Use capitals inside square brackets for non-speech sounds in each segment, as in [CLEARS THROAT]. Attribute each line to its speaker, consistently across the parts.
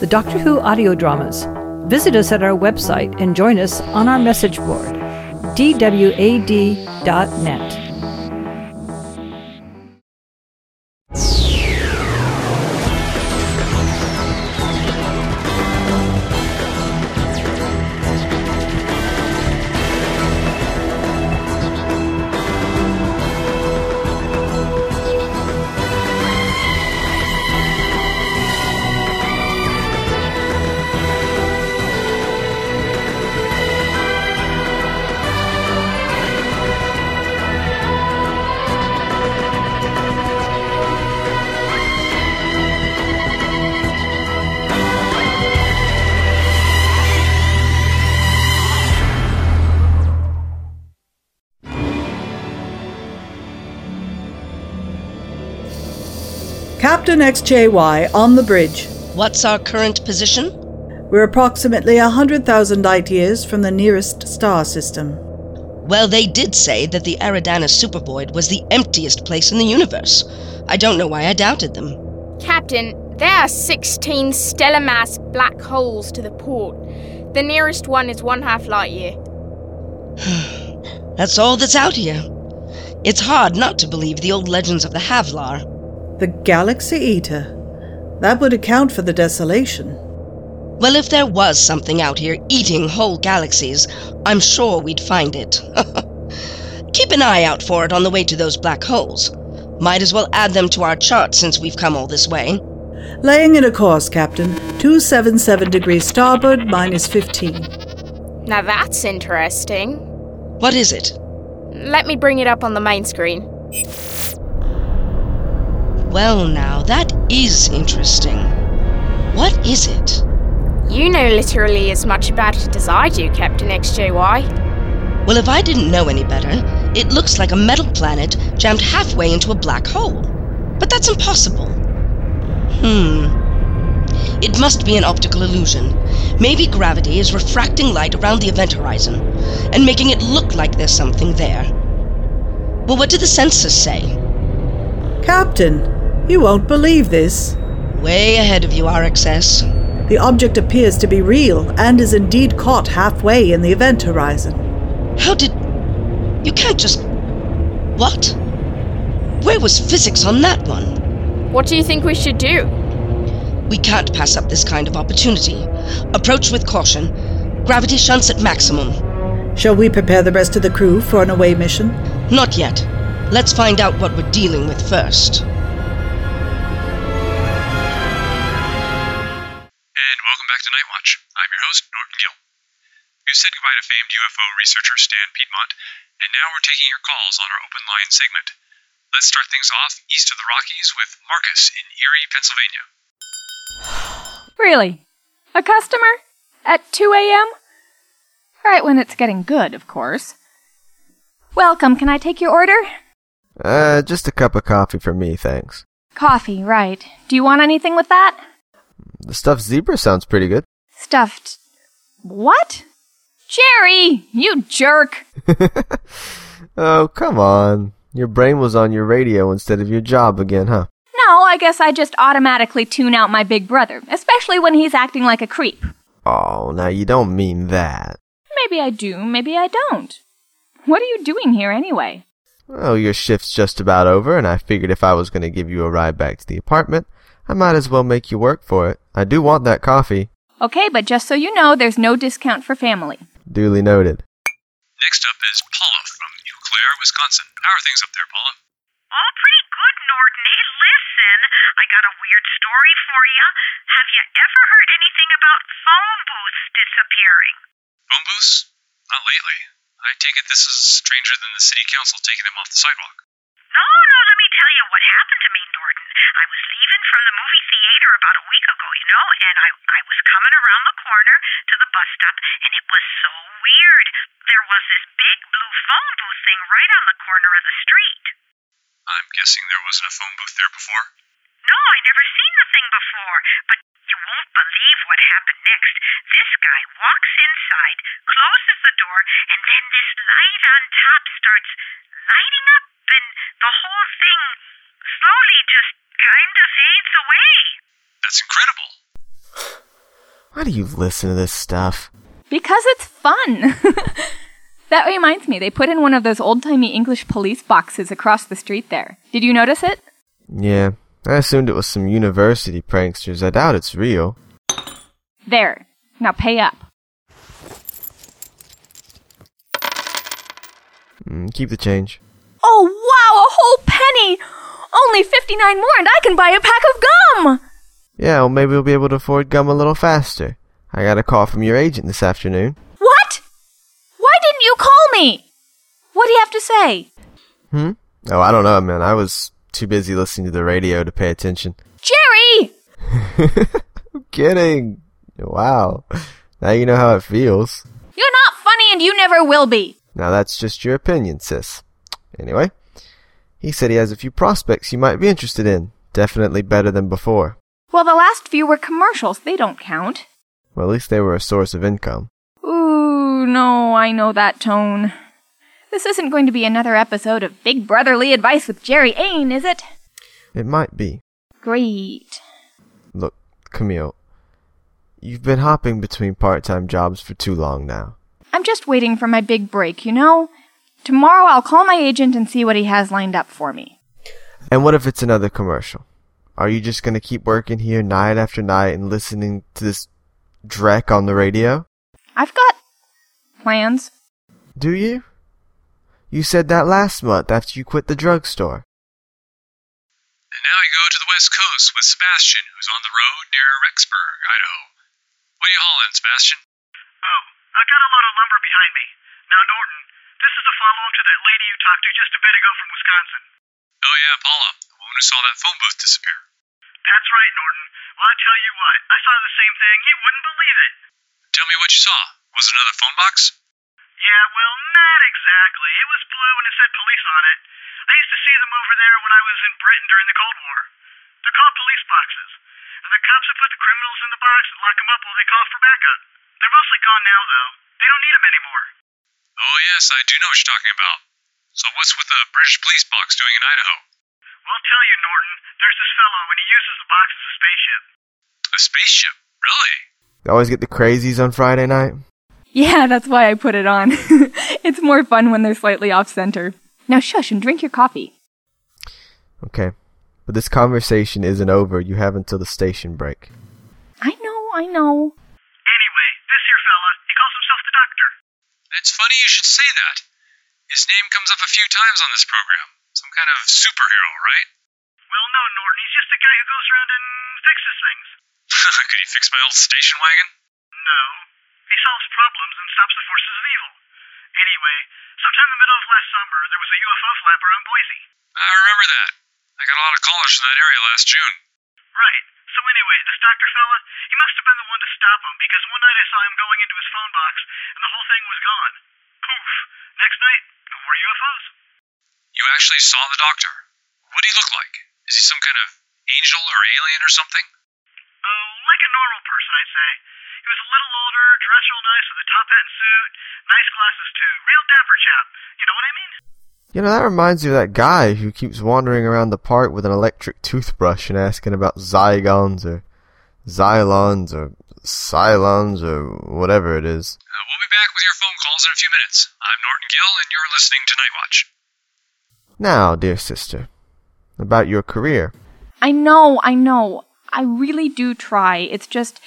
Speaker 1: The Doctor Who audio dramas. Visit us at our website and join us on our message board, dwad.net.
Speaker 2: Captain XJY on the bridge.
Speaker 3: What's our current position?
Speaker 2: We're approximately 100,000 light years from the nearest star system.
Speaker 3: Well, they did say that the Aridana Supervoid was the emptiest place in the universe. I don't know why I doubted them.
Speaker 4: Captain, there are 16 stellar mass black holes to the port. The nearest one is one half light year.
Speaker 3: That's all that's out here. It's hard not to believe the old legends of the Havlar.
Speaker 2: The Galaxy Eater. That would account for the desolation.
Speaker 3: Well, if there was something out here eating whole galaxies, I'm sure we'd find it. [LAUGHS] Keep an eye out for it on the way to those black holes. Might as well add them to our chart since we've come all this way.
Speaker 2: Laying in a course, Captain. 277 degrees starboard, minus 15.
Speaker 4: Now that's interesting.
Speaker 3: What is it?
Speaker 4: Let me bring it up on the main screen.
Speaker 3: Well, now, that is interesting. What is it?
Speaker 4: You know literally as much about it as I do, Captain XJY.
Speaker 3: Well, if I didn't know any better, it looks like a metal planet jammed halfway into a black hole. But that's impossible. Hmm. It must be an optical illusion. Maybe gravity is refracting light around the event horizon and making it look like there's something there. Well, what do the sensors say?
Speaker 2: Captain, you won't believe this.
Speaker 3: Way ahead of you, RXS.
Speaker 2: The object appears to be real and is indeed caught halfway in the event horizon.
Speaker 3: How did. You can't just. What? Where was physics on that one?
Speaker 4: What do you think we should do?
Speaker 3: We can't pass up this kind of opportunity. Approach with caution. Gravity shunts at maximum.
Speaker 2: Shall we prepare the rest of the crew for an away mission?
Speaker 3: Not yet. Let's find out what we're dealing with first.
Speaker 5: And welcome back to Night Watch. I'm your host, Norton Gill. We've said goodbye to famed UFO researcher Stan Piedmont, and now we're taking your calls on our open line segment. Let's start things off east of the Rockies with Marcus in Erie, Pennsylvania.
Speaker 6: Really? A customer? At 2 a.m.? Right when it's getting good, of course. Welcome, can I take your order?
Speaker 7: Uh, just a cup of coffee for me, thanks.
Speaker 6: Coffee, right. Do you want anything with that?
Speaker 7: The stuffed zebra sounds pretty good.
Speaker 6: Stuffed. What? Jerry! You jerk!
Speaker 7: oh, come on. Your brain was on your radio instead of your job again, huh?
Speaker 6: No, I guess I just automatically tune out my big brother, especially when he's acting like a creep.
Speaker 7: Oh, now you don't mean that.
Speaker 6: Maybe I do, maybe I don't. What are you doing here anyway?
Speaker 7: Well, Oh, your shift's just about over, and I figured if I was going to give you a ride back to the apartment, I might as well make you work for it. I do want that coffee.
Speaker 6: Okay, but just so you know, there's no discount for family.
Speaker 7: Duly noted.
Speaker 5: Next up is Paula from Eau Claire, Wisconsin. How are things up there, Paula?
Speaker 8: Oh, pretty good, Norton. Hey, listen, I got a weird story for you. Have you ever heard anything about phone booths disappearing?
Speaker 5: Phone booths? Not lately. I take it this is stranger than the city council taking them off the sidewalk.
Speaker 8: No, no, let me tell you what happened to me, Norton. I was leaving from the movie theater about a week ago, you know, and I, I was coming around the corner to the bus stop, and it was so weird. There was this big blue phone booth thing right on the corner of the street.
Speaker 5: I'm guessing there wasn't a phone booth there before.
Speaker 8: No, I never seen the thing before, but you won't believe what happened next. This guy walks inside, closes the door, and then this light on top starts lighting up, and the whole thing slowly just kind of fades.
Speaker 5: That's incredible.
Speaker 7: Why do you listen to this stuff?
Speaker 6: Because it's fun. [LAUGHS] that reminds me, they put in one of those old timey English police boxes across the street there. Did you notice it?
Speaker 7: Yeah, I assumed it was some university pranksters. I doubt it's real.
Speaker 6: There. Now pay up.
Speaker 7: Mm, keep the change.
Speaker 6: Oh, wow, a whole penny! Only 59 more, and I can buy a pack of gum!
Speaker 7: Yeah, well, maybe we'll be able to afford gum a little faster. I got a call from your agent this afternoon.
Speaker 6: What? Why didn't you call me? What do you have to say?
Speaker 7: Hmm? Oh, I don't know, man. I was too busy listening to the radio to pay attention. [LAUGHS]
Speaker 6: Jerry!
Speaker 7: I'm kidding. Wow. Now you know how it feels.
Speaker 6: You're not funny and you never will be!
Speaker 7: Now that's just your opinion, sis. Anyway, he said he has a few prospects you might be interested in. Definitely better than before.
Speaker 6: Well, the last few were commercials. They don't count.
Speaker 7: Well, at least they were a source of income.
Speaker 6: Ooh, no, I know that tone. This isn't going to be another episode of Big Brotherly Advice with Jerry Ain, is it?
Speaker 7: It might be.
Speaker 6: Great.
Speaker 7: Look, Camille, you've been hopping between part time jobs for too long now.
Speaker 6: I'm just waiting for my big break, you know? Tomorrow I'll call my agent and see what he has lined up for me.
Speaker 7: And what if it's another commercial? Are you just gonna keep working here night after night and listening to this dreck on the radio?
Speaker 6: I've got plans.
Speaker 7: Do you? You said that last month after you quit the drugstore.
Speaker 5: And now you go to the West Coast with Sebastian, who's on the road near Rexburg, Idaho. What are you hauling, Sebastian?
Speaker 9: Oh, I got a load of lumber behind me. Now, Norton, this is a follow up to that lady you talked to just a bit ago from Wisconsin.
Speaker 5: Oh, yeah, Paula, the woman who saw that phone booth disappear.
Speaker 9: That's right, Norton. Well, I tell you what, I saw the same thing. You wouldn't believe it.
Speaker 5: Tell me what you saw. Was it another phone box?
Speaker 9: Yeah, well, not exactly. It was blue and it said police on it. I used to see them over there when I was in Britain during the Cold War. They're called police boxes. And the cops would put the criminals in the box and lock them up while they call for backup. They're mostly gone now, though. They don't need them anymore.
Speaker 5: Oh, yes, I do know what you're talking about. So, what's with the British police box doing in Idaho?
Speaker 9: Well, I'll tell you, Norton, there's this fellow and he uses the box as a spaceship.
Speaker 5: A spaceship? Really?
Speaker 7: You always get the crazies on Friday night?
Speaker 6: Yeah, that's why I put it on. [LAUGHS] it's more fun when they're slightly off center. Now shush and drink your coffee.
Speaker 7: Okay. But this conversation isn't over. You have until the station break.
Speaker 6: I know, I know.
Speaker 9: Anyway, this here fella, he calls himself the Doctor.
Speaker 5: It's funny you should say that. His name comes up a few times on this program. Some kind of superhero, right?
Speaker 9: Well, no, Norton, he's just a guy who goes around and fixes things.
Speaker 5: [LAUGHS] Could he fix my old station wagon?
Speaker 9: No, he solves problems and stops the forces of evil. Anyway, sometime in the middle of last summer, there was a UFO flapper on Boise.
Speaker 5: I remember that. I got a lot of callers from that area last June.
Speaker 9: Right. So anyway, this doctor fella, he must have been the one to stop him because one night I saw him going into his phone box and the whole thing was gone. Poof. Next night, no more UFOs.
Speaker 5: You actually saw the doctor. What did he look like? Is he some kind of angel or alien or something?
Speaker 9: Oh, like a normal person, I'd say. He was a little older, dressed real nice with a top hat and suit, nice glasses too. Real dapper chap. You know what I mean?
Speaker 7: You know, that reminds me of that guy who keeps wandering around the park with an electric toothbrush and asking about Zygons or Xylons or Cylons or whatever it is.
Speaker 5: Uh, we'll be back with your phone calls in a few minutes. I'm Norton Gill, and you're listening to Night Watch.
Speaker 7: Now, dear sister, about your career.
Speaker 6: I know, I know. I really do try. It's just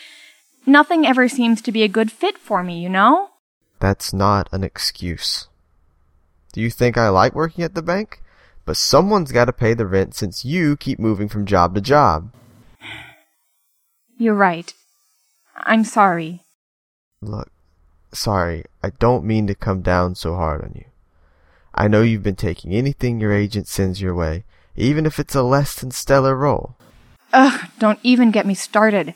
Speaker 6: nothing ever seems to be a good fit for me, you know?
Speaker 7: That's not an excuse. Do you think I like working at the bank? But someone's got to pay the rent since you keep moving from job to job.
Speaker 6: You're right. I'm sorry.
Speaker 7: Look, sorry, I don't mean to come down so hard on you. I know you've been taking anything your agent sends your way, even if it's a less than stellar role.
Speaker 6: Ugh, don't even get me started.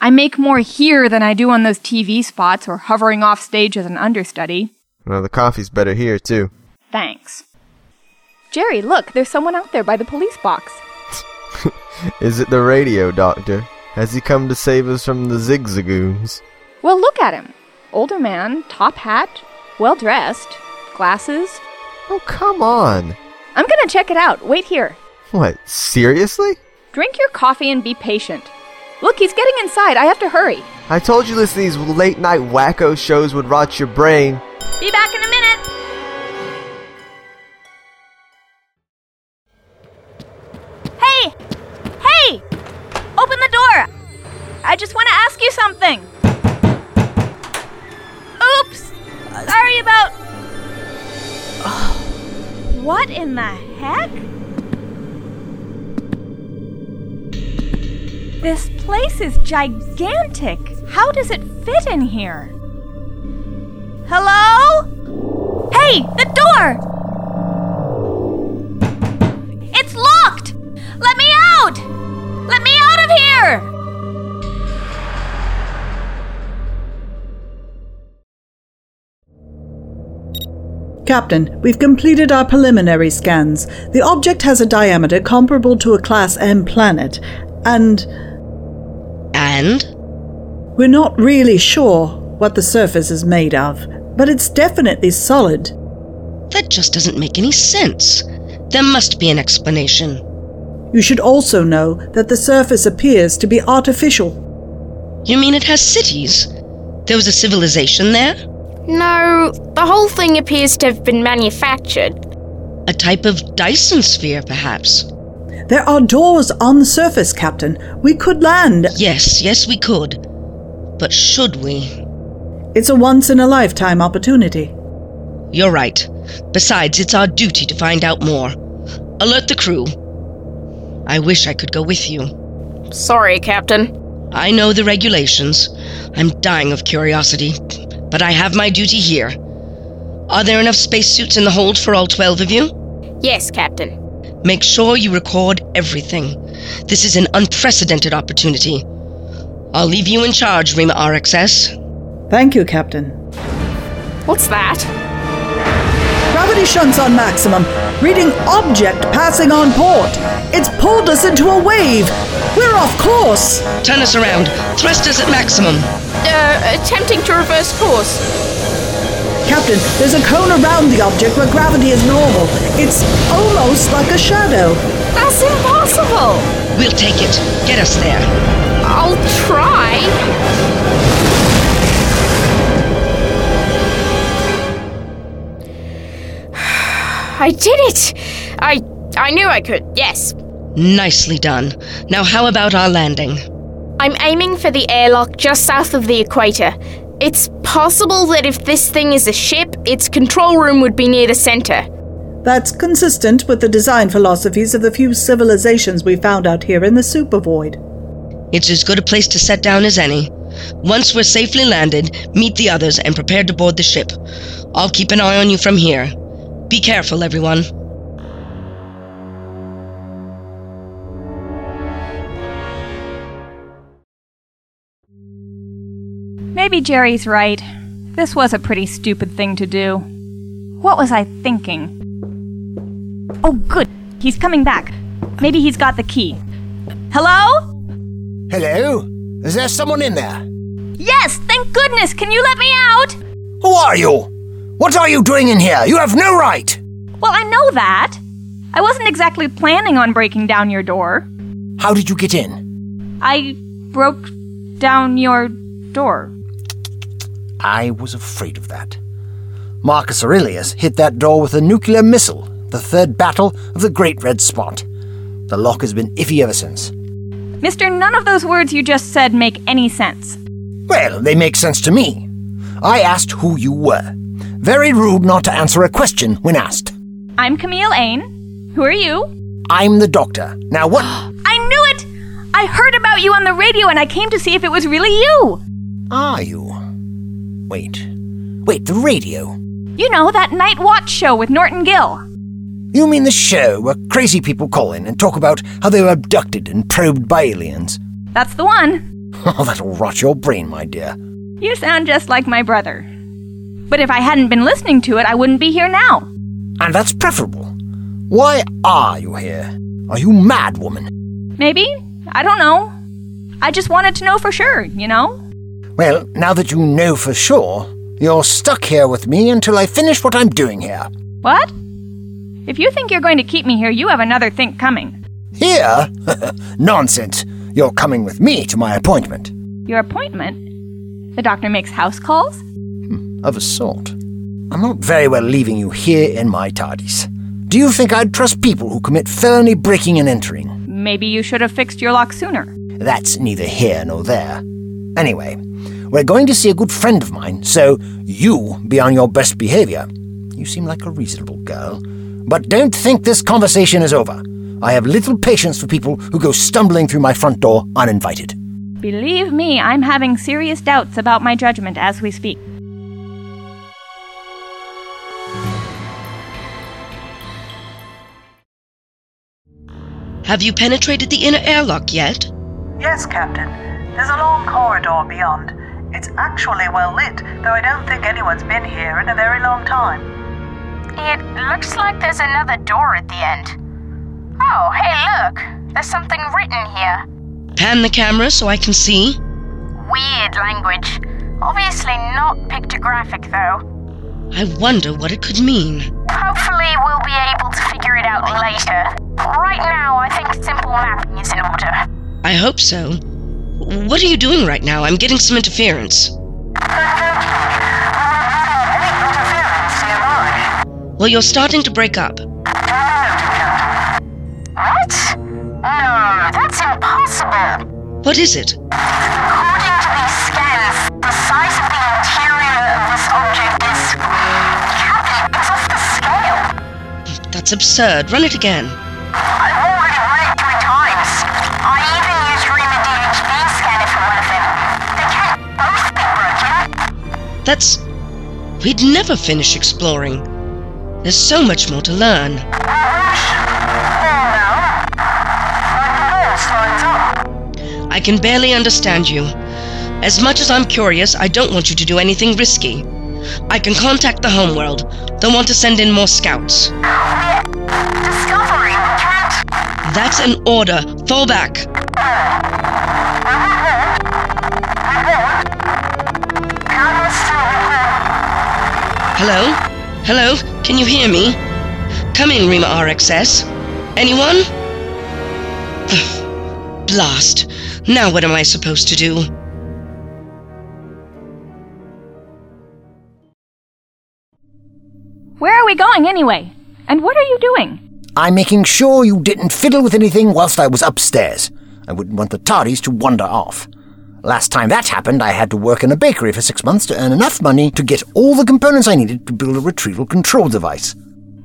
Speaker 6: I make more here than I do on those TV spots or hovering off stage as an understudy.
Speaker 7: Well, the coffee's better here, too.
Speaker 6: Thanks. Jerry, look, there's someone out there by the police box.
Speaker 7: Is it the radio doctor? Has he come to save us from the zigzagoons?
Speaker 6: Well, look at him. Older man, top hat, well dressed, glasses.
Speaker 7: Oh, come on!
Speaker 6: I'm gonna check it out. Wait here.
Speaker 7: What, seriously?
Speaker 6: Drink your coffee and be patient. Look, he's getting inside. I have to hurry.
Speaker 7: I told you listen to these late night wacko shows would rot your brain.
Speaker 6: Be back in a minute. Hey! Hey! Open the door! I just want to ask you something. Oops! Sorry about. [SIGHS] What in the heck? This place is gigantic. How does it fit in here? Hello? Hey, the door! It's locked! Let me out! Let me out of here!
Speaker 2: Captain, we've completed our preliminary scans. The object has a diameter comparable to a Class M planet, and
Speaker 3: And?
Speaker 2: we're not really sure what the surface is made of, but it's definitely solid.
Speaker 3: That just doesn't make any sense. There must be an explanation.
Speaker 2: You should also know that the surface appears to be artificial.
Speaker 3: You mean it has cities? There was a civilization there?
Speaker 4: No, the whole thing appears to have been manufactured.
Speaker 3: A type of Dyson sphere, perhaps?
Speaker 2: There are doors on the surface, Captain. We could land.
Speaker 3: Yes, yes, we could. But should we?
Speaker 2: It's a once in a lifetime opportunity.
Speaker 3: You're right. Besides, it's our duty to find out more. Alert the crew. I wish I could go with you.
Speaker 4: Sorry, Captain.
Speaker 3: I know the regulations. I'm dying of curiosity, but I have my duty here. Are there enough spacesuits in the hold for all 12 of you?
Speaker 4: Yes, Captain.
Speaker 3: Make sure you record everything. This is an unprecedented opportunity. I'll leave you in charge, Rima RXS.
Speaker 2: Thank you, Captain.
Speaker 4: What's that?
Speaker 2: Gravity shunts on maximum. Reading object passing on port. It's pulled us into a wave. We're off course.
Speaker 3: Turn us around. Thrusters at maximum.
Speaker 4: Uh, attempting to reverse course.
Speaker 2: Captain, there's a cone around the object where gravity is normal. It's almost like a shadow.
Speaker 4: That's impossible!
Speaker 3: We'll take it. Get us there.
Speaker 4: I'll try. I did it! I I knew I could. Yes.
Speaker 3: Nicely done. Now, how about our landing?
Speaker 4: I'm aiming for the airlock just south of the equator. It's possible that if this thing is a ship, its control room would be near the center.
Speaker 2: That's consistent with the design philosophies of the few civilizations we found out here in the supervoid.
Speaker 3: It's as good a place to set down as any. Once we're safely landed, meet the others and prepare to board the ship. I'll keep an eye on you from here. Be careful, everyone.
Speaker 6: Maybe Jerry's right. This was a pretty stupid thing to do. What was I thinking? Oh, good. He's coming back. Maybe he's got the key. Hello?
Speaker 10: Hello? Is there someone in there?
Speaker 6: Yes, thank goodness. Can you let me out?
Speaker 10: Who are you? What are you doing in here? You have no right!
Speaker 6: Well, I know that. I wasn't exactly planning on breaking down your door.
Speaker 10: How did you get in?
Speaker 6: I broke down your door.
Speaker 10: I was afraid of that. Marcus Aurelius hit that door with a nuclear missile, the third battle of the Great Red Spot. The lock has been iffy ever since.
Speaker 6: Mister, none of those words you just said make any sense.
Speaker 10: Well, they make sense to me. I asked who you were. Very rude not to answer a question when asked.
Speaker 6: I'm Camille Ain. Who are you?
Speaker 10: I'm the doctor. Now what?
Speaker 6: I knew it! I heard about you on the radio and I came to see if it was really you!
Speaker 10: are you? Wait. Wait, the radio.
Speaker 6: You know, that night watch show with Norton Gill.
Speaker 10: You mean the show where crazy people call in and talk about how they were abducted and probed by aliens? [LAUGHS]
Speaker 6: That's the one.
Speaker 10: Oh, that'll rot your brain, my dear.
Speaker 6: You sound just like my brother. But if I hadn't been listening to it, I wouldn't be here now.
Speaker 10: And that's preferable. Why are you here? Are you mad, woman?
Speaker 6: Maybe? I don't know. I just wanted to know for sure, you know?
Speaker 10: Well, now that you know for sure, you're stuck here with me until I finish what I'm doing here.
Speaker 6: What? If you think you're going to keep me here, you have another think coming.
Speaker 10: Here? [LAUGHS] Nonsense. You're coming with me to my appointment.
Speaker 6: Your appointment? The doctor makes house calls?
Speaker 10: Of a sort. I'm not very well leaving you here in my tardies. Do you think I'd trust people who commit felony breaking and entering?
Speaker 6: Maybe you should have fixed your lock sooner.
Speaker 10: That's neither here nor there. Anyway, we're going to see a good friend of mine, so you be on your best behavior. You seem like a reasonable girl. But don't think this conversation is over. I have little patience for people who go stumbling through my front door uninvited.
Speaker 6: Believe me, I'm having serious doubts about my judgment as we speak.
Speaker 3: Have you penetrated the inner airlock yet?
Speaker 2: Yes, Captain. There's a long corridor beyond. It's actually well lit, though I don't think anyone's been here in a very long time.
Speaker 11: It looks like there's another door at the end. Oh, hey, look! There's something written here.
Speaker 3: Pan the camera so I can see.
Speaker 11: Weird language. Obviously not pictographic, though.
Speaker 3: I wonder what it could mean.
Speaker 11: Hopefully, we'll be able to figure it out later. Right now, I think simple mapping is in order.
Speaker 3: I hope so. What are you doing right now? I'm getting some interference. Well, you're starting to break up.
Speaker 11: What? No, that's impossible.
Speaker 3: What is it?
Speaker 11: According to these scans, the size of the interior of this object is. Captain, it's off the scale.
Speaker 3: That's absurd. Run it again.
Speaker 11: I've already run it three times. I even used Rima DHB scanner for one of them. They can't both be broken.
Speaker 3: That's. We'd never finish exploring. There's so much more to learn. I can barely understand you. As much as I'm curious, I don't want you to do anything risky. I can contact the homeworld. They'll want to send in more scouts.
Speaker 11: Discovery, we can't.
Speaker 3: That's an order. Fall back. Hello? Hello? Can you hear me? Come in, Rima RXS. Anyone? [SIGHS] Blast. Now what am I supposed to do?
Speaker 6: Where are we going anyway? And what are you doing?
Speaker 10: I'm making sure you didn't fiddle with anything whilst I was upstairs. I wouldn't want the tardies to wander off. Last time that happened, I had to work in a bakery for six months to earn enough money to get all the components I needed to build a retrieval control device.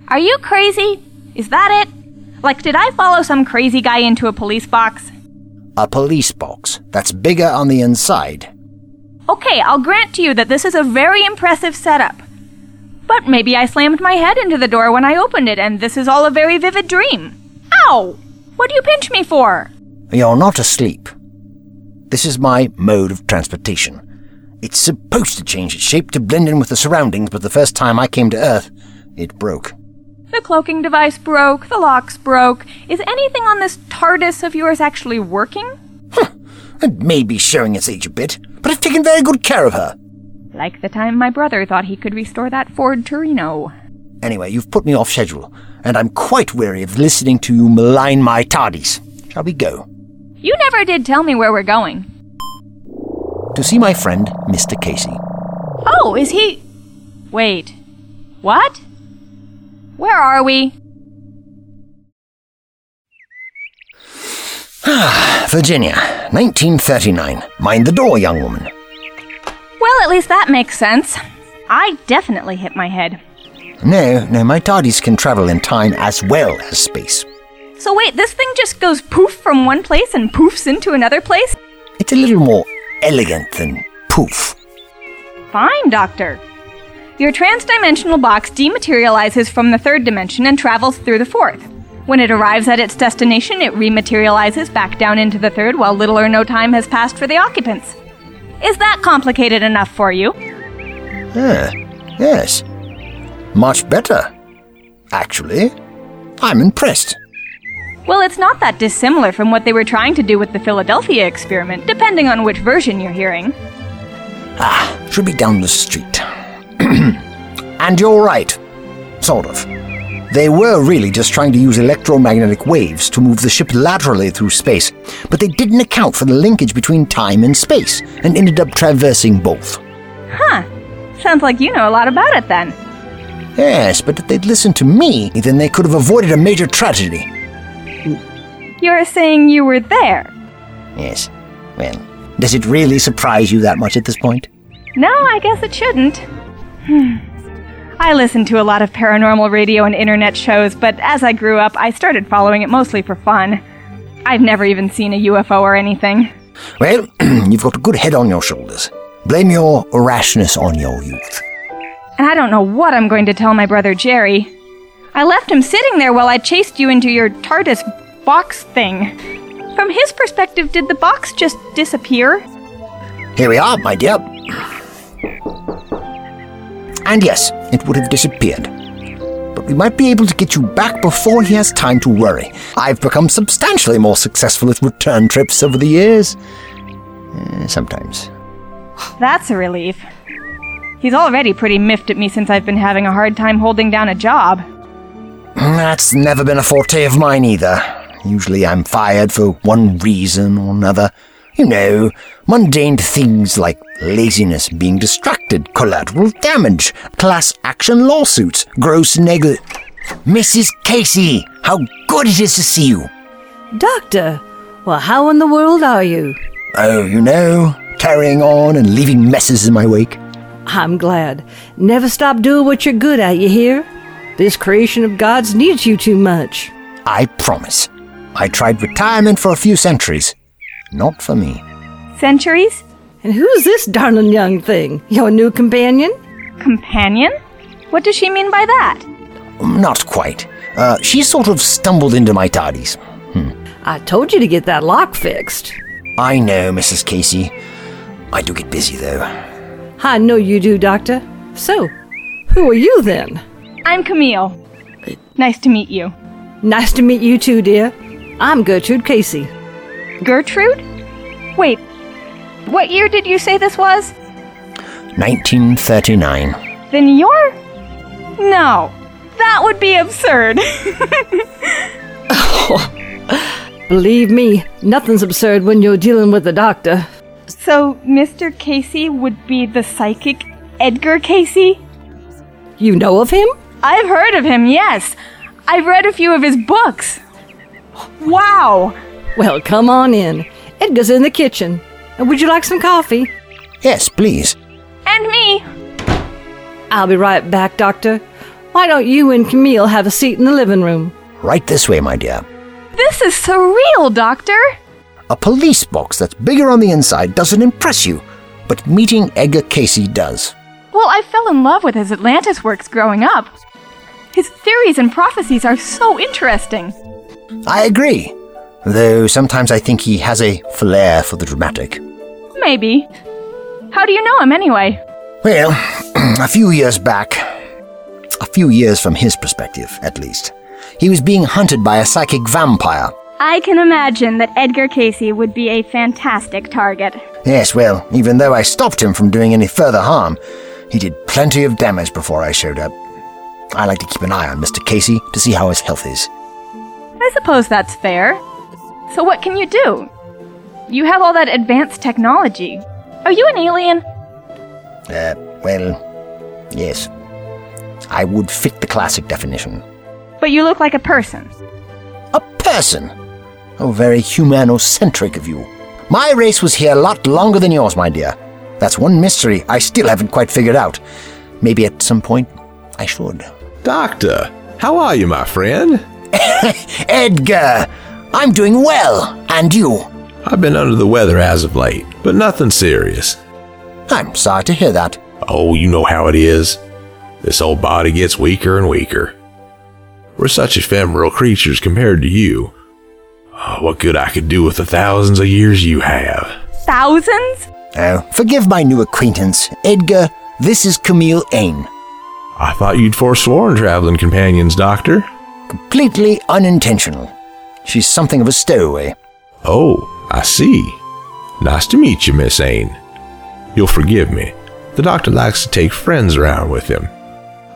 Speaker 6: Are you crazy? Is that it? Like, did I follow some crazy guy into a police box?
Speaker 10: A police box that's bigger on the inside.
Speaker 6: Okay, I'll grant to you that this is a very impressive setup. But maybe I slammed my head into the door when I opened it, and this is all a very vivid dream. Ow! What do you pinch me for?
Speaker 10: You're not asleep. This is my mode of transportation. It's supposed to change its shape to blend in with the surroundings, but the first time I came to Earth, it broke.
Speaker 6: The cloaking device broke, the locks broke. Is anything on this TARDIS of yours actually working?
Speaker 10: It may be showing its age a bit, but I've taken very good care of her.
Speaker 6: Like the time my brother thought he could restore that Ford Torino.
Speaker 10: Anyway, you've put me off schedule, and I'm quite weary of listening to you malign my tardies. Shall we go?
Speaker 6: You never did tell me where we're going.
Speaker 10: To see my friend, Mr. Casey. [SIGHS]
Speaker 6: Oh, is he. Wait. What? Where are we?
Speaker 10: Virginia, 1939. Mind the door, young woman.
Speaker 6: Well, at least that makes sense. I definitely hit my head.
Speaker 10: No, no, my tardies can travel in time as well as space.
Speaker 6: So, wait, this thing just goes poof from one place and poofs into another place?
Speaker 10: It's a little more elegant than poof.
Speaker 6: Fine, Doctor. Your transdimensional box dematerializes from the third dimension and travels through the fourth. When it arrives at its destination, it rematerializes back down into the third while little or no time has passed for the occupants. Is that complicated enough for you?
Speaker 10: Ah, yes. Much better. Actually, I'm impressed.
Speaker 6: Well, it's not that dissimilar from what they were trying to do with the Philadelphia experiment, depending on which version you're hearing.
Speaker 10: Ah, [CLEARS THROAT] Should be down the street. and you're right. Sort of. They were really just trying to use electromagnetic waves to move the ship laterally through space, but they didn't account for the linkage between time and space and ended up traversing both.
Speaker 6: Huh. Sounds like you know a lot about it then.
Speaker 10: Yes, but if they'd listened to me, then they could have avoided a major tragedy.
Speaker 6: You're saying you were there.
Speaker 10: Yes. Well, does it really surprise you that much at this point?
Speaker 6: No, I guess it shouldn't. Hmm. I listened to a lot of paranormal radio and internet shows, but as I grew up, I started following it mostly for fun. I've never even seen a UFO or anything.
Speaker 10: Well, [CLEARS THROAT] you've got a good head on your shoulders. Blame your rashness on your youth.
Speaker 6: And I don't know what I'm going to tell my brother Jerry. I left him sitting there while I chased you into your TARDIS box thing. From his perspective, did the box just disappear?
Speaker 10: Here we are, my dear. And yes, it would have disappeared. But we might be able to get you back before he has time to worry. I've become substantially more successful at return trips over the years. Eh, sometimes.
Speaker 6: That's a relief. He's already pretty miffed at me since I've been having a hard time holding down a job.
Speaker 10: That's never been a forte of mine either. Usually I'm fired for one reason or another. You know, mundane things like laziness, being distracted, collateral damage, class action lawsuits, gross negli. Mrs. Casey, how good it is to see you!
Speaker 1: Doctor, well, how in the world are you?
Speaker 10: Oh, you know, carrying on and leaving messes in my wake.
Speaker 1: I'm glad. Never stop doing what you're good at, you hear? This creation of God's needs you too much.
Speaker 10: I promise. I tried retirement for a few centuries. Not for me.
Speaker 6: Centuries?
Speaker 1: And who's this darling young thing? Your new companion?
Speaker 6: Companion? What does she mean by that?
Speaker 10: Not quite. Uh, she sort of stumbled into my tardies.
Speaker 1: I told you to get that lock fixed.
Speaker 10: I know, Mrs. Casey. I do get busy, though.
Speaker 1: I know you do, Doctor. So, who are you then?
Speaker 6: I'm Camille. Nice to meet you.
Speaker 1: Nice to meet you too, dear. I'm Gertrude Casey.
Speaker 6: Gertrude? Wait, what year did you say this was?
Speaker 10: 1939.
Speaker 6: Then you're. No, that would be absurd. [LAUGHS]
Speaker 1: Believe me, nothing's absurd when you're dealing with a doctor.
Speaker 6: so, Mr. Casey would be the psychic Edgar Casey?
Speaker 1: You know of him?
Speaker 6: I've heard of him, yes. I've read a few of his books. Wow!
Speaker 1: Well, come on in. Edgar's in the kitchen. And Would you like some coffee?
Speaker 10: Yes, please.
Speaker 6: And me!
Speaker 1: I'll be right back, Doctor. Why don't you and Camille have a seat in the living room?
Speaker 10: Right this way, my dear.
Speaker 6: This is surreal, Doctor!
Speaker 10: A police box that's bigger on the inside doesn't impress you, but meeting Edgar Casey does.
Speaker 6: Well, I fell in love with his Atlantis works growing up. His theories and prophecies are so interesting.
Speaker 10: I agree. Though sometimes I think he has a flair for the dramatic.
Speaker 6: Maybe. How do you know him anyway?
Speaker 10: Well, [CLEARS THROAT] a few years back, a few years from his perspective, at least, he was being hunted by a psychic vampire.
Speaker 4: I can imagine that Edgar Casey would be a fantastic target.
Speaker 10: Yes, well, even though I stopped him from doing any further harm, he did plenty of damage before I showed up. I like to keep an eye on Mr. Casey to see how his health is.
Speaker 6: I suppose that's fair. So, what can you do? You have all that advanced technology. Are you an alien?
Speaker 10: Uh, well, yes. I would fit the classic definition.
Speaker 6: But you look like a person.
Speaker 10: A person! How very humanocentric of you. My race was here a lot longer than yours, my dear. That's one mystery I still haven't quite figured out. Maybe at some point I should.
Speaker 12: Doctor, how are you, my friend?
Speaker 10: Edgar! I'm doing well! And you?
Speaker 12: I've been under the weather as of late, but nothing serious.
Speaker 10: I'm sorry to hear that.
Speaker 12: Oh, you know how it is. This old body gets weaker and weaker. We're such ephemeral creatures compared to you. Oh, what good I could do with the thousands of years you have.
Speaker 6: Thousands?
Speaker 10: Oh, forgive my new acquaintance. Edgar, this is Camille Ain.
Speaker 12: I thought you'd forsworn traveling companions, Doctor.
Speaker 10: Completely unintentional. She's something of a stowaway.
Speaker 12: Oh, I see. Nice to meet you, Miss Ain. You'll forgive me. The doctor likes to take friends around with him.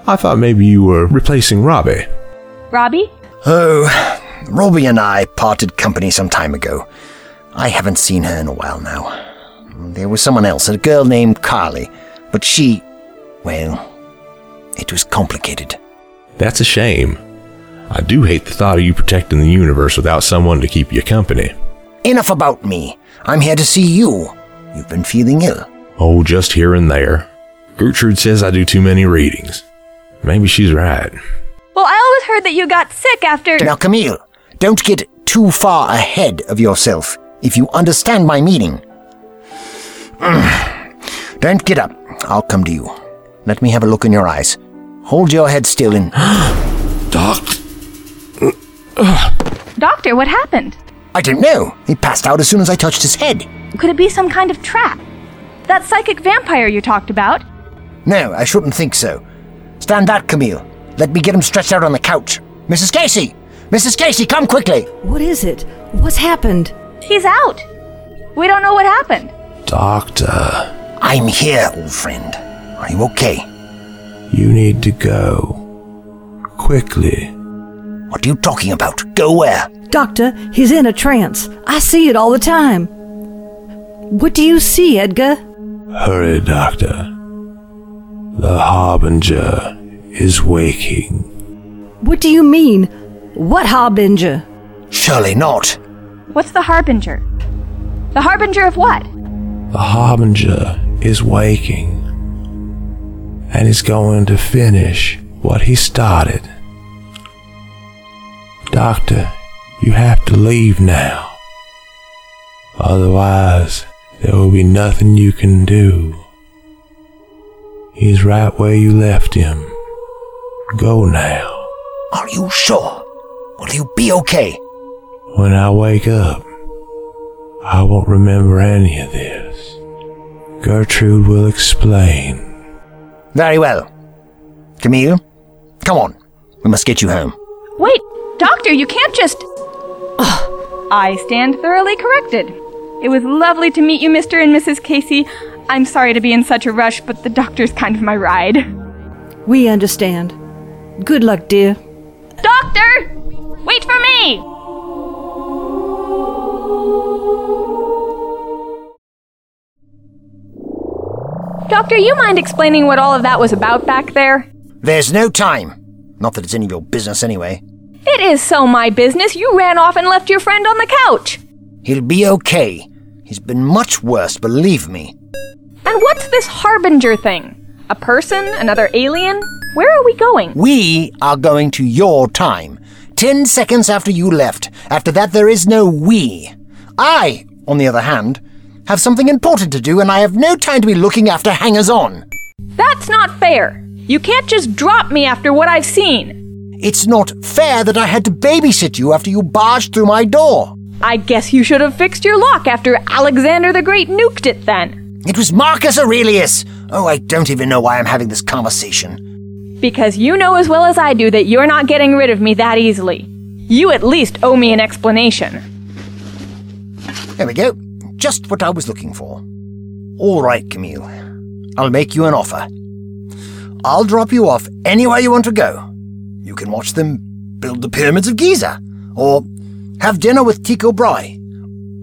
Speaker 12: I thought maybe you were replacing Robbie.
Speaker 6: Robbie?
Speaker 10: Oh, Robbie and I parted company some time ago. I haven't seen her in a while now. There was someone else, a girl named Carly, but she. well, it was complicated.
Speaker 12: That's a shame. I do hate the thought of you protecting the universe without someone to keep you company.
Speaker 10: Enough about me. I'm here to see you. You've been feeling ill.
Speaker 12: Oh, just here and there. Gertrude says I do too many readings. Maybe she's right.
Speaker 6: Well, I always heard that you got sick after.
Speaker 10: Now, Camille, don't get too far ahead of yourself, if you understand my meaning. [CLEARS THROAT] don't get up. I'll come to you. Let me have a look in your eyes. Hold your head still and.
Speaker 12: Doctor!
Speaker 6: Doctor, what happened?
Speaker 10: I don't know. He passed out as soon as I touched his head.
Speaker 6: Could it be some kind of trap? That psychic vampire you talked about?
Speaker 10: No, I shouldn't think so. Stand back, Camille. Let me get him stretched out on the couch. Mrs. Casey! Mrs. Casey, come quickly!
Speaker 1: What is it? What's happened?
Speaker 6: He's out. We don't know what happened.
Speaker 12: Doctor,
Speaker 10: I'm here, old friend. Are you okay?
Speaker 12: you need to go. Quickly.
Speaker 10: What are you talking about? Go where?
Speaker 1: Doctor, he's in a trance. I see it all the time. What do you see, Edgar?
Speaker 12: Hurry, Doctor. The Harbinger is waking.
Speaker 1: What do you mean? What harbinger?
Speaker 10: Surely not.
Speaker 6: What's the harbinger? The harbinger of what?
Speaker 12: The Harbinger is waking. And is going to finish what he started. Doctor, you have to leave now. Otherwise, there will be nothing you can do. He's right where you left him. Go now.
Speaker 10: Are you sure? Will you be okay?
Speaker 12: When I wake up, I won't remember any of this. Gertrude will explain.
Speaker 10: Very well. Camille, come on. We must get you home.
Speaker 6: Wait, Doctor, you can't just. Ugh. I stand thoroughly corrected. It was lovely to meet you, Mr. and Mrs. Casey. I'm sorry to be in such a rush, but the doctor's kind of my ride.
Speaker 1: We understand. Good luck, dear.
Speaker 6: Doctor! Wait for me! Doctor, you mind explaining what all of that was about back there?
Speaker 10: There's no time. Not that it's any of your business anyway.
Speaker 6: It is so my business. You ran off and left your friend on the couch.
Speaker 10: He'll be okay. He's been much worse, believe me.
Speaker 6: And what's this harbinger thing? A person? Another alien? Where are we going?
Speaker 10: We are going to your time. Ten seconds after you left. After that, there is no we. I, on the other hand, have something important to do, and I have no time to be looking after hangers on.
Speaker 6: That's not fair. You can't just drop me after what I've seen.
Speaker 10: It's not fair that I had to babysit you after you barged through my door.
Speaker 6: I guess you should have fixed your lock after Alexander the Great nuked it then.
Speaker 10: It was Marcus Aurelius! Oh, I don't even know why I'm having this conversation.
Speaker 6: Because you know as well as I do that you're not getting rid of me that easily. You at least owe me an explanation.
Speaker 10: There we go. Just what I was looking for. All right, Camille. I'll make you an offer. I'll drop you off anywhere you want to go. You can watch them build the pyramids of Giza, or have dinner with Tycho Brahe.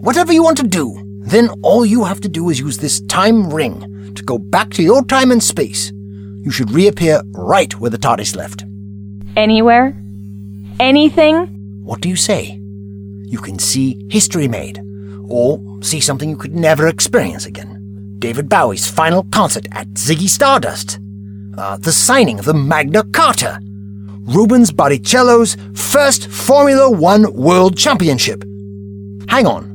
Speaker 10: Whatever you want to do, then all you have to do is use this time ring to go back to your time and space. You should reappear right where the TARDIS left.
Speaker 6: Anywhere? Anything?
Speaker 10: What do you say? You can see history made, or see something you could never experience again. David Bowie's final concert at Ziggy Stardust, uh, the signing of the Magna Carta, Rubens Barrichello's first Formula One World Championship. Hang on,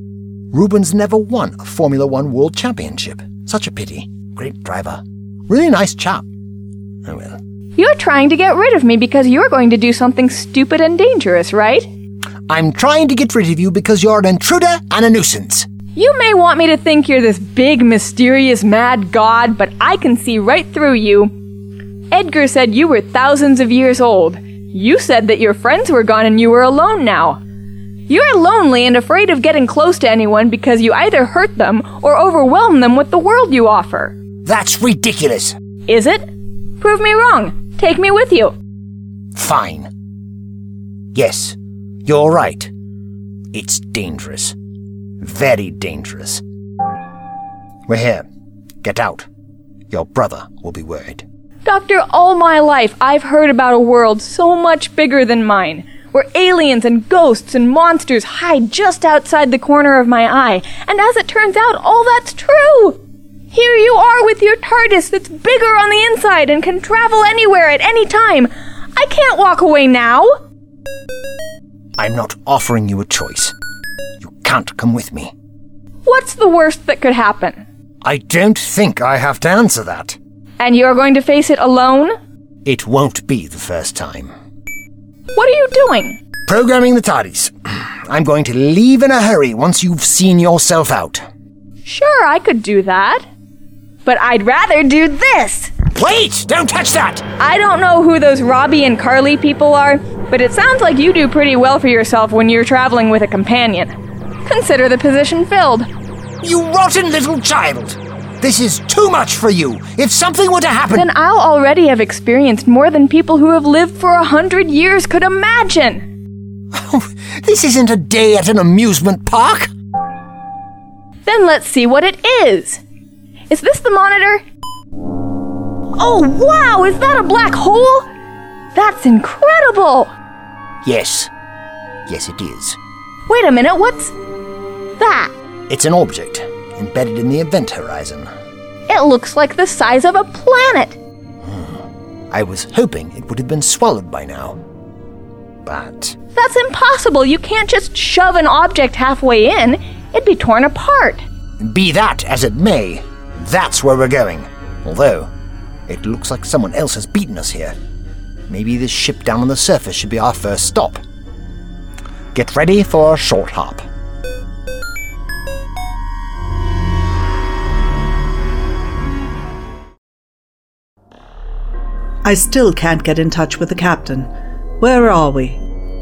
Speaker 10: Rubens never won a Formula One World Championship. Such a pity. Great driver. Really nice chap. Oh well.
Speaker 6: You're trying to get rid of me because you're going to do something stupid and dangerous, right?
Speaker 10: I'm trying to get rid of you because you're an intruder and a nuisance.
Speaker 6: You may want me to think you're this big, mysterious, mad god, but I can see right through you. Edgar said you were thousands of years old. You said that your friends were gone and you were alone now. You're lonely and afraid of getting close to anyone because you either hurt them or overwhelm them with the world you offer.
Speaker 10: That's ridiculous.
Speaker 6: Is it? Prove me wrong. Take me with you.
Speaker 10: Fine. Yes, you're right. It's dangerous. Very dangerous. We're here. Get out. Your brother will be worried.
Speaker 6: Doctor, all my life I've heard about a world so much bigger than mine, where aliens and ghosts and monsters hide just outside the corner of my eye, and as it turns out, all that's true! Here you are with your TARDIS that's bigger on the inside and can travel anywhere at any time! I can't walk away now!
Speaker 10: I'm not offering you a choice. You can't come with me.
Speaker 6: What's the worst that could happen?
Speaker 10: I don't think I have to answer that.
Speaker 6: And you're going to face it alone?
Speaker 10: It won't be the first time.
Speaker 6: What are you doing?
Speaker 10: Programming the TARDIS. [CLEARS THROAT] I'm going to leave in a hurry once you've seen yourself out.
Speaker 6: Sure, I could do that. But I'd rather do this!
Speaker 10: Wait! Don't touch that!
Speaker 6: I don't know who those Robbie and Carly people are, but it sounds like you do pretty well for yourself when you're traveling with a companion. Consider the position filled.
Speaker 10: You rotten little child! This is too much for you! If something were to happen.
Speaker 6: Then I'll already have experienced more than people who have lived for a hundred years could imagine!
Speaker 10: [LAUGHS] This isn't a day at an amusement park!
Speaker 6: Then let's see what it is! Is this the monitor? Oh, wow! Is that a black hole? That's incredible!
Speaker 10: Yes. Yes, it is.
Speaker 6: Wait a minute, what's that?
Speaker 10: It's an object embedded in the event horizon.
Speaker 6: It looks like the size of a planet.
Speaker 10: I was hoping it would have been swallowed by now. But
Speaker 6: That's impossible. You can't just shove an object halfway in, it'd be torn apart.
Speaker 10: be that as it may, that's where we're going. Although, it looks like someone else has beaten us here. Maybe this ship down on the surface should be our first stop. Get ready for a short hop.
Speaker 2: I still can't get in touch with the captain. Where are we?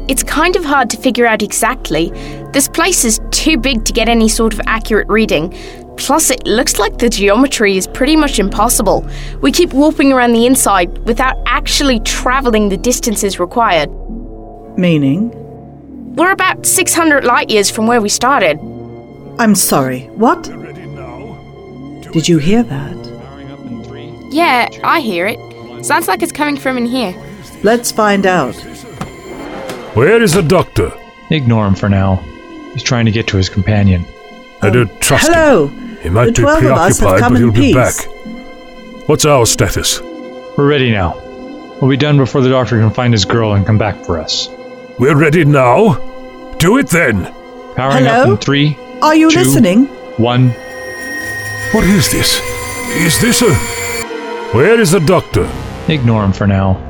Speaker 4: It's kind of hard to figure out exactly. This place is too big to get any sort of accurate reading. Plus, it looks like the geometry is pretty much impossible. We keep warping around the inside without actually travelling the distances required.
Speaker 2: Meaning?
Speaker 4: We're about 600 light years from where we started.
Speaker 2: I'm sorry, what? Did you hear that?
Speaker 13: Yeah, I hear it. Sounds like it's coming from in here.
Speaker 2: Let's find out.
Speaker 14: Where is the doctor?
Speaker 15: Ignore him for now. He's trying to get to his companion.
Speaker 14: I don't trust
Speaker 2: Hello!
Speaker 14: him. He might
Speaker 2: The
Speaker 14: be
Speaker 2: 12 of us have
Speaker 14: preoccupied,
Speaker 2: come in
Speaker 14: but he'll
Speaker 2: peace.
Speaker 14: be back. What's our status?
Speaker 15: We're ready now. We'll be done before the doctor can find his girl and come back for us.
Speaker 14: We're ready now. Do it then.
Speaker 15: Powering up in three.
Speaker 2: Are you
Speaker 15: two,
Speaker 2: listening?
Speaker 15: One.
Speaker 14: What is this? Is this a. Where is the doctor?
Speaker 15: Ignore him for now.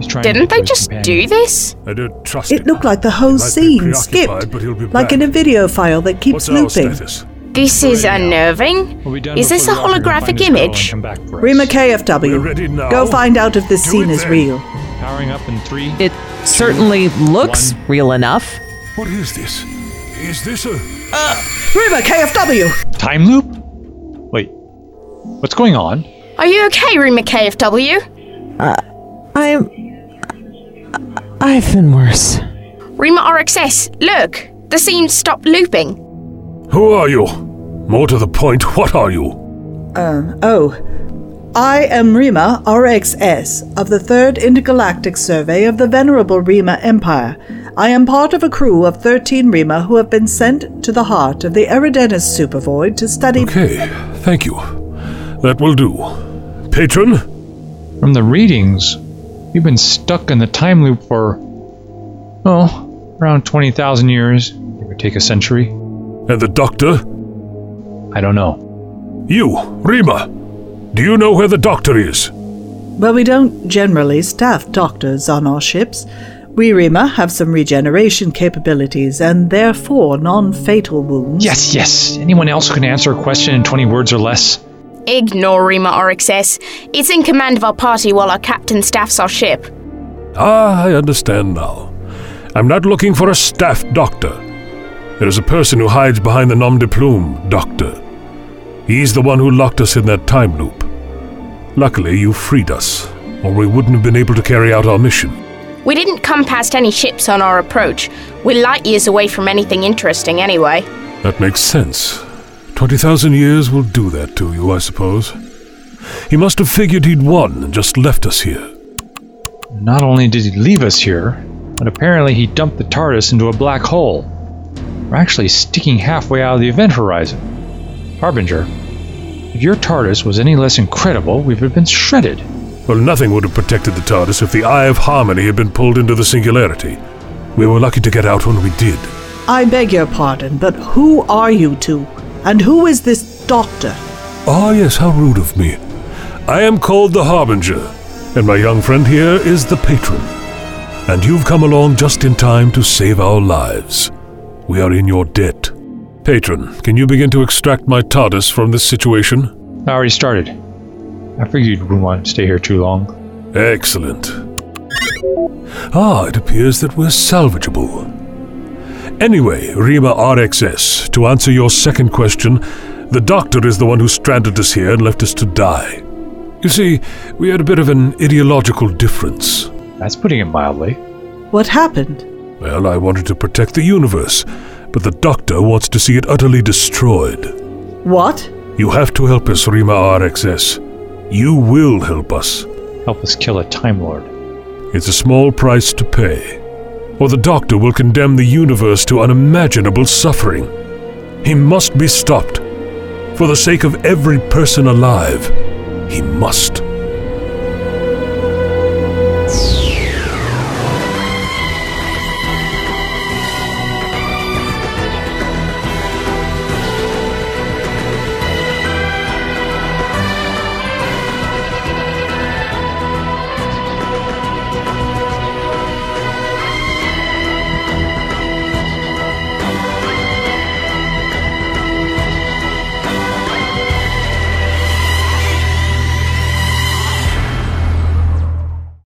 Speaker 15: He's trying
Speaker 4: Didn't they just do this?
Speaker 14: I don't trust
Speaker 2: It looked like the whole scene skipped, like in a video file that keeps looping.
Speaker 4: This is unnerving. Is this a holographic image?
Speaker 2: Rima KFW, go find out if this scene is real.
Speaker 15: Powering up in three.
Speaker 16: It certainly looks real enough.
Speaker 14: What is this? Is this a.
Speaker 2: Ah, Rima KFW!
Speaker 15: Time loop? Wait. What's going on?
Speaker 4: Are you okay, Rima KFW?
Speaker 16: Uh, I'm. I- I've been worse.
Speaker 4: Rima RXS, look! The scene stopped looping.
Speaker 14: Who are you? More to the point, what are you?
Speaker 2: Um, oh. I am Rima RXS of the 3rd Intergalactic Survey of the Venerable Rima Empire. I am part of a crew of 13 Rima who have been sent to the heart of the Eridanus supervoid to study.
Speaker 14: Okay, thank you. That will do. Patron?
Speaker 15: From the readings, we've been stuck in the time loop for, oh, around 20,000 years. It would take a century.
Speaker 14: And the doctor?
Speaker 15: I don't know.
Speaker 14: You, Rima. Do you know where the doctor is?
Speaker 2: Well, we don't generally staff doctors on our ships. We Rima have some regeneration capabilities and therefore non fatal wounds.
Speaker 15: Yes, yes. Anyone else who can answer a question in 20 words or less?
Speaker 4: Ignore Rima RXS. It's in command of our party while our captain staffs our ship.
Speaker 14: Ah, I understand now. I'm not looking for a staff doctor. There is a person who hides behind the nom de plume doctor. He's the one who locked us in that time loop. Luckily, you freed us, or we wouldn't have been able to carry out our mission.
Speaker 4: We didn't come past any ships on our approach. We're light years away from anything interesting anyway.
Speaker 14: That makes sense. 20,000 years will do that to you, I suppose. He must have figured he'd won and just left us here.
Speaker 15: Not only did he leave us here, but apparently he dumped the TARDIS into a black hole. We're actually sticking halfway out of the event horizon. Harbinger, if your TARDIS was any less incredible, we would have been shredded.
Speaker 14: Well, nothing would have protected the TARDIS if the Eye of Harmony had been pulled into the singularity. We were lucky to get out when we did.
Speaker 2: I beg your pardon, but who are you two? And who is this doctor?
Speaker 14: Ah, yes, how rude of me. I am called the Harbinger, and my young friend here is the patron. And you've come along just in time to save our lives. We are in your debt. Patron, can you begin to extract my TARDIS from this situation?
Speaker 15: I already started. I figured you wouldn't want to stay here too long.
Speaker 14: Excellent. Ah, it appears that we're salvageable. Anyway, Rima RXS, to answer your second question, the doctor is the one who stranded us here and left us to die. You see, we had a bit of an ideological difference.
Speaker 15: That's putting it mildly.
Speaker 2: What happened?
Speaker 14: Well, I wanted to protect the universe, but the doctor wants to see it utterly destroyed.
Speaker 2: What?
Speaker 14: You have to help us, Rima RXS. You will help us.
Speaker 15: Help us kill a Time Lord.
Speaker 14: It's a small price to pay, or the Doctor will condemn the universe to unimaginable suffering. He must be stopped. For the sake of every person alive, he must.